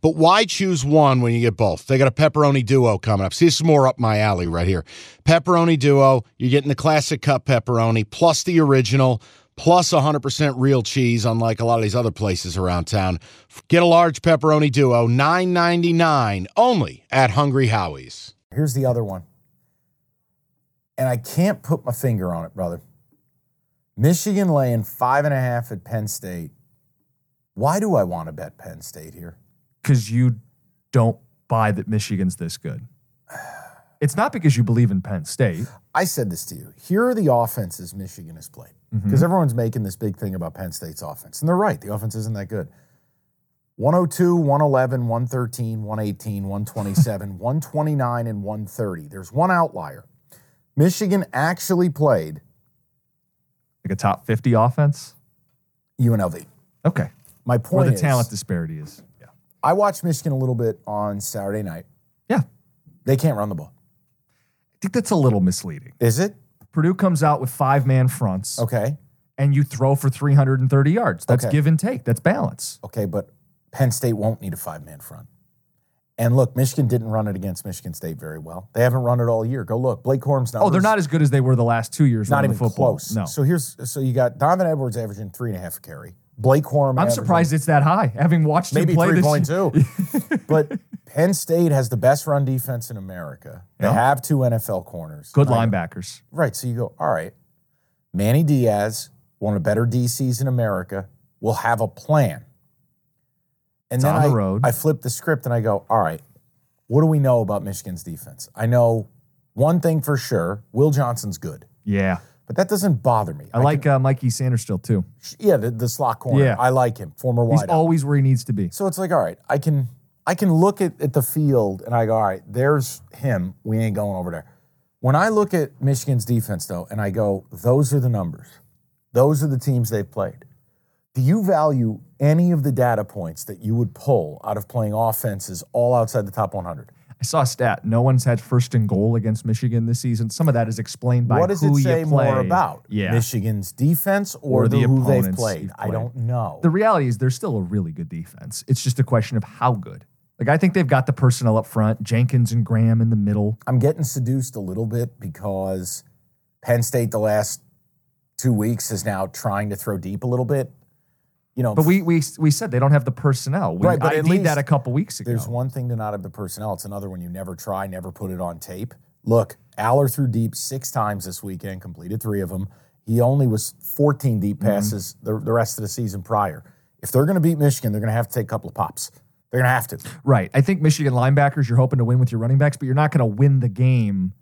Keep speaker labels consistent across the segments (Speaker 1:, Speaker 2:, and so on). Speaker 1: But why choose one when you get both? They got a pepperoni duo coming up. See, this is more up my alley right here. Pepperoni duo, you're getting the classic cup pepperoni plus the original plus 100% real cheese unlike a lot of these other places around town. Get a large pepperoni duo, 9.99 only at Hungry Howie's.
Speaker 2: Here's the other one. And I can't put my finger on it, brother. Michigan laying five and a half at Penn State. Why do I want to bet Penn State here?
Speaker 3: because you don't buy that Michigan's this good. It's not because you believe in Penn State.
Speaker 2: I said this to you. Here are the offenses Michigan has played
Speaker 3: Mm-hmm.
Speaker 2: because everyone's making this big thing about Penn State's offense. And they're right, the offense isn't that good. 102, 111, 113, 118, 127, 129, and 130. There's one outlier. Michigan actually played
Speaker 3: Like a top 50 offense.
Speaker 2: UNLV.
Speaker 3: Okay.
Speaker 2: My
Speaker 3: Where
Speaker 2: point
Speaker 3: the
Speaker 2: is,
Speaker 3: talent disparity is. Yeah.
Speaker 2: I watched Michigan a little bit on Saturday night.
Speaker 3: Yeah. I
Speaker 2: They can't run the ball.
Speaker 3: think that's a little misleading.
Speaker 2: Is it?
Speaker 3: Purdue comes out with five man fronts
Speaker 2: Okay.
Speaker 3: and you throw for 330 yards. That's
Speaker 2: Okay.
Speaker 3: give and take, that's balance.
Speaker 2: Okay, but Penn State won't need a five man front. And look, Michigan didn't run it against Michigan State very well. They haven't run it all year. Go look. Blake Corum's numbers.
Speaker 3: Oh, they're not as good as they were the last two years.
Speaker 2: not
Speaker 3: running
Speaker 2: even
Speaker 3: the football.
Speaker 2: close.
Speaker 3: No.
Speaker 2: So here's so you got Donovan Edwards averaging three and a half a carry. Blake Corum.
Speaker 3: I'm
Speaker 2: averaging
Speaker 3: surprised it's that high, having watched
Speaker 2: Maybe
Speaker 3: him play
Speaker 2: three
Speaker 3: this
Speaker 2: point two. but Penn State has the best run defense in America. They
Speaker 3: Yeah.
Speaker 2: have two NFL corners.
Speaker 3: Good
Speaker 2: Like,
Speaker 3: linebackers.
Speaker 2: Right. So you go, all right, Manny Diaz, one of the better DCs in America, will have a plan. And
Speaker 3: It's
Speaker 2: then
Speaker 3: on the
Speaker 2: I,
Speaker 3: road.
Speaker 2: I flip the script and I go, all right, what do we know about Michigan's defense? I know one thing for sure Will Johnson's good,
Speaker 3: Yeah.
Speaker 2: but that doesn't bother me.
Speaker 3: I, like uh, Mikey Sanders still, too.
Speaker 2: can- yeah, the, the slot corner.
Speaker 3: Yeah.
Speaker 2: I like him, former
Speaker 3: He's
Speaker 2: wideout.
Speaker 3: always where he needs to be.
Speaker 2: so it's like, all right, I can I can look at, at the field and I go, all right, there's him. We ain't going over there. When I look at Michigan's defense though, and I go, those are the numbers. Those are the teams they've played. Do you value any of the data points that you would pull out of playing offenses all outside the top 100?
Speaker 3: I saw a stat. No one's had first and goal against Michigan this season. Some of that is explained by
Speaker 2: what does
Speaker 3: who
Speaker 2: it say
Speaker 3: you play.
Speaker 2: more about
Speaker 3: Yeah.
Speaker 2: Michigan's defense or,
Speaker 3: Or
Speaker 2: the,
Speaker 3: the
Speaker 2: who they've
Speaker 3: opponents
Speaker 2: played?
Speaker 3: you've
Speaker 2: I
Speaker 3: played.
Speaker 2: don't know.
Speaker 3: The reality is they're still a really good defense. It's just a question of how good. Like I think they've got the personnel up front, Jenkins and Graham in the middle.
Speaker 2: I'm getting seduced a little bit because Penn State the last two weeks is now trying to throw deep a little bit. You know,
Speaker 3: But we we we said they don't have the personnel. We,
Speaker 2: Right, but
Speaker 3: I
Speaker 2: at
Speaker 3: did that
Speaker 2: least
Speaker 3: a couple weeks ago.
Speaker 2: there's one thing to not have the personnel. It's another one you never try, never put it on tape. Look, Aller threw deep six times this weekend, completed three of them. He only was 14 deep
Speaker 3: Mm-hmm.
Speaker 2: passes the, the rest of the season prior. If they're going to beat Michigan, they're going to have to take a couple of pops. They're going to have to.
Speaker 3: Right. I think Michigan linebackers, you're hoping to win with your running backs, but you're not going to win the game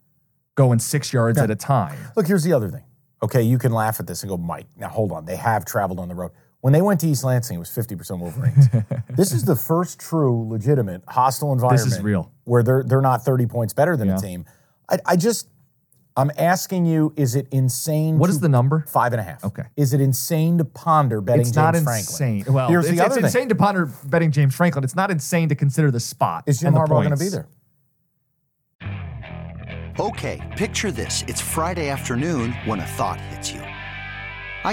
Speaker 3: going six yards at a time.
Speaker 2: Look, here's the other thing. Okay, you can laugh at this and go, Mike, now hold on. They have traveled on the road. When they went to East Lansing, it was 50% Wolverines. this is the first true, legitimate, hostile environment
Speaker 3: real.
Speaker 2: where they're, they're not 30 points better than a
Speaker 3: Yeah.
Speaker 2: team. I, I just, I'm asking you, is it insane?
Speaker 3: What
Speaker 2: to-
Speaker 3: is the number?
Speaker 2: Five and a half.
Speaker 3: Okay.
Speaker 2: Is it insane to ponder betting
Speaker 3: It's
Speaker 2: James
Speaker 3: not
Speaker 2: Franklin?
Speaker 3: insane. Well,
Speaker 2: Here's
Speaker 3: it's,
Speaker 2: the
Speaker 3: it's
Speaker 2: other thing.
Speaker 3: insane to ponder betting James Franklin. It's not insane to consider the spot.
Speaker 2: Is Jim
Speaker 3: and the
Speaker 2: Harbaugh going to
Speaker 3: points.
Speaker 2: be there?
Speaker 4: Okay, picture this. It's Friday afternoon when a thought hits you. I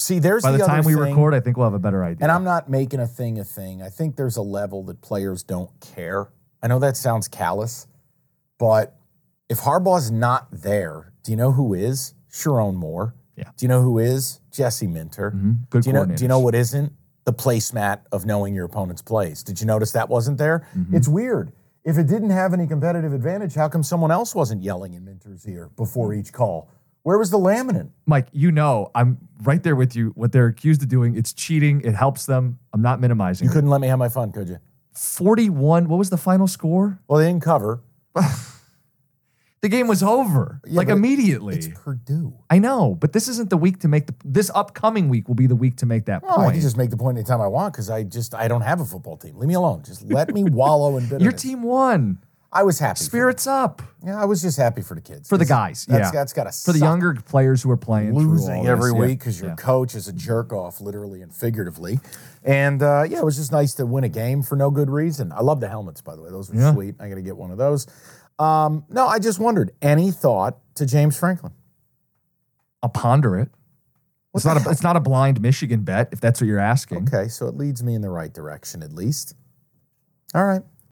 Speaker 2: See, there's
Speaker 3: By the,
Speaker 2: other
Speaker 3: time we
Speaker 2: thing.
Speaker 3: record, I think we'll have a better idea.
Speaker 2: And I'm not making a thing a thing. I think there's a level that players don't care. I know that sounds callous, but if Harbaugh's not there, do you know who is? Sharon Moore.
Speaker 3: Yeah.
Speaker 2: Do you know who is? Jesse Minter.
Speaker 3: Mhm. Good
Speaker 2: do you know do you
Speaker 3: coordinators.
Speaker 2: know what isn't? The placemat of knowing your opponent's plays. Did you notice that wasn't there?
Speaker 3: Mm-hmm.
Speaker 2: It's weird. If it didn't have any competitive advantage, how come someone else wasn't yelling in Minter's ear before
Speaker 3: Mm.
Speaker 2: each call? Where was the laminate?
Speaker 3: Mike, you know, I'm right there with you. What they're accused of doing, it's cheating. It helps them. I'm not minimizing.
Speaker 2: You
Speaker 3: it.
Speaker 2: couldn't let me have my fun, could you?
Speaker 3: 41. What was the final score?
Speaker 2: Well, they didn't cover.
Speaker 3: The game was over, like
Speaker 2: but it-
Speaker 3: immediately.
Speaker 2: It's Purdue.
Speaker 3: I know, but this isn't the week to make the. This upcoming week will be the week to make that
Speaker 2: Oh, I can
Speaker 3: point.
Speaker 2: just make the point anytime I want because I just I don't have a football team. Leave me alone. Just let me wallow in bitterness.
Speaker 3: Your team won.
Speaker 2: I was happy. for
Speaker 3: Spirits up
Speaker 2: them. yeah, I was just happy for the kids.
Speaker 3: for the
Speaker 2: This-
Speaker 3: guys.
Speaker 2: That's,
Speaker 3: yeah,
Speaker 2: that's got to
Speaker 3: for the younger players who are playing through all
Speaker 2: losing
Speaker 3: this,
Speaker 2: every
Speaker 3: yeah.
Speaker 2: week because your
Speaker 3: Yeah.
Speaker 2: coach is a jerk off, literally and figuratively. And uh, yeah, it was just nice to win a game for no good reason. I love the helmets, by the way; those were
Speaker 3: Yeah.
Speaker 2: sweet. I got to get one of those. Um, no, I just wondered. Any thought to James Franklin?
Speaker 3: Mm-hmm. I'll ponder it. It's
Speaker 2: the
Speaker 3: not a.
Speaker 2: hell?
Speaker 3: It's not a blind Michigan bet if that's what you're asking.
Speaker 2: Okay, so it leads me in the right direction at least. All right,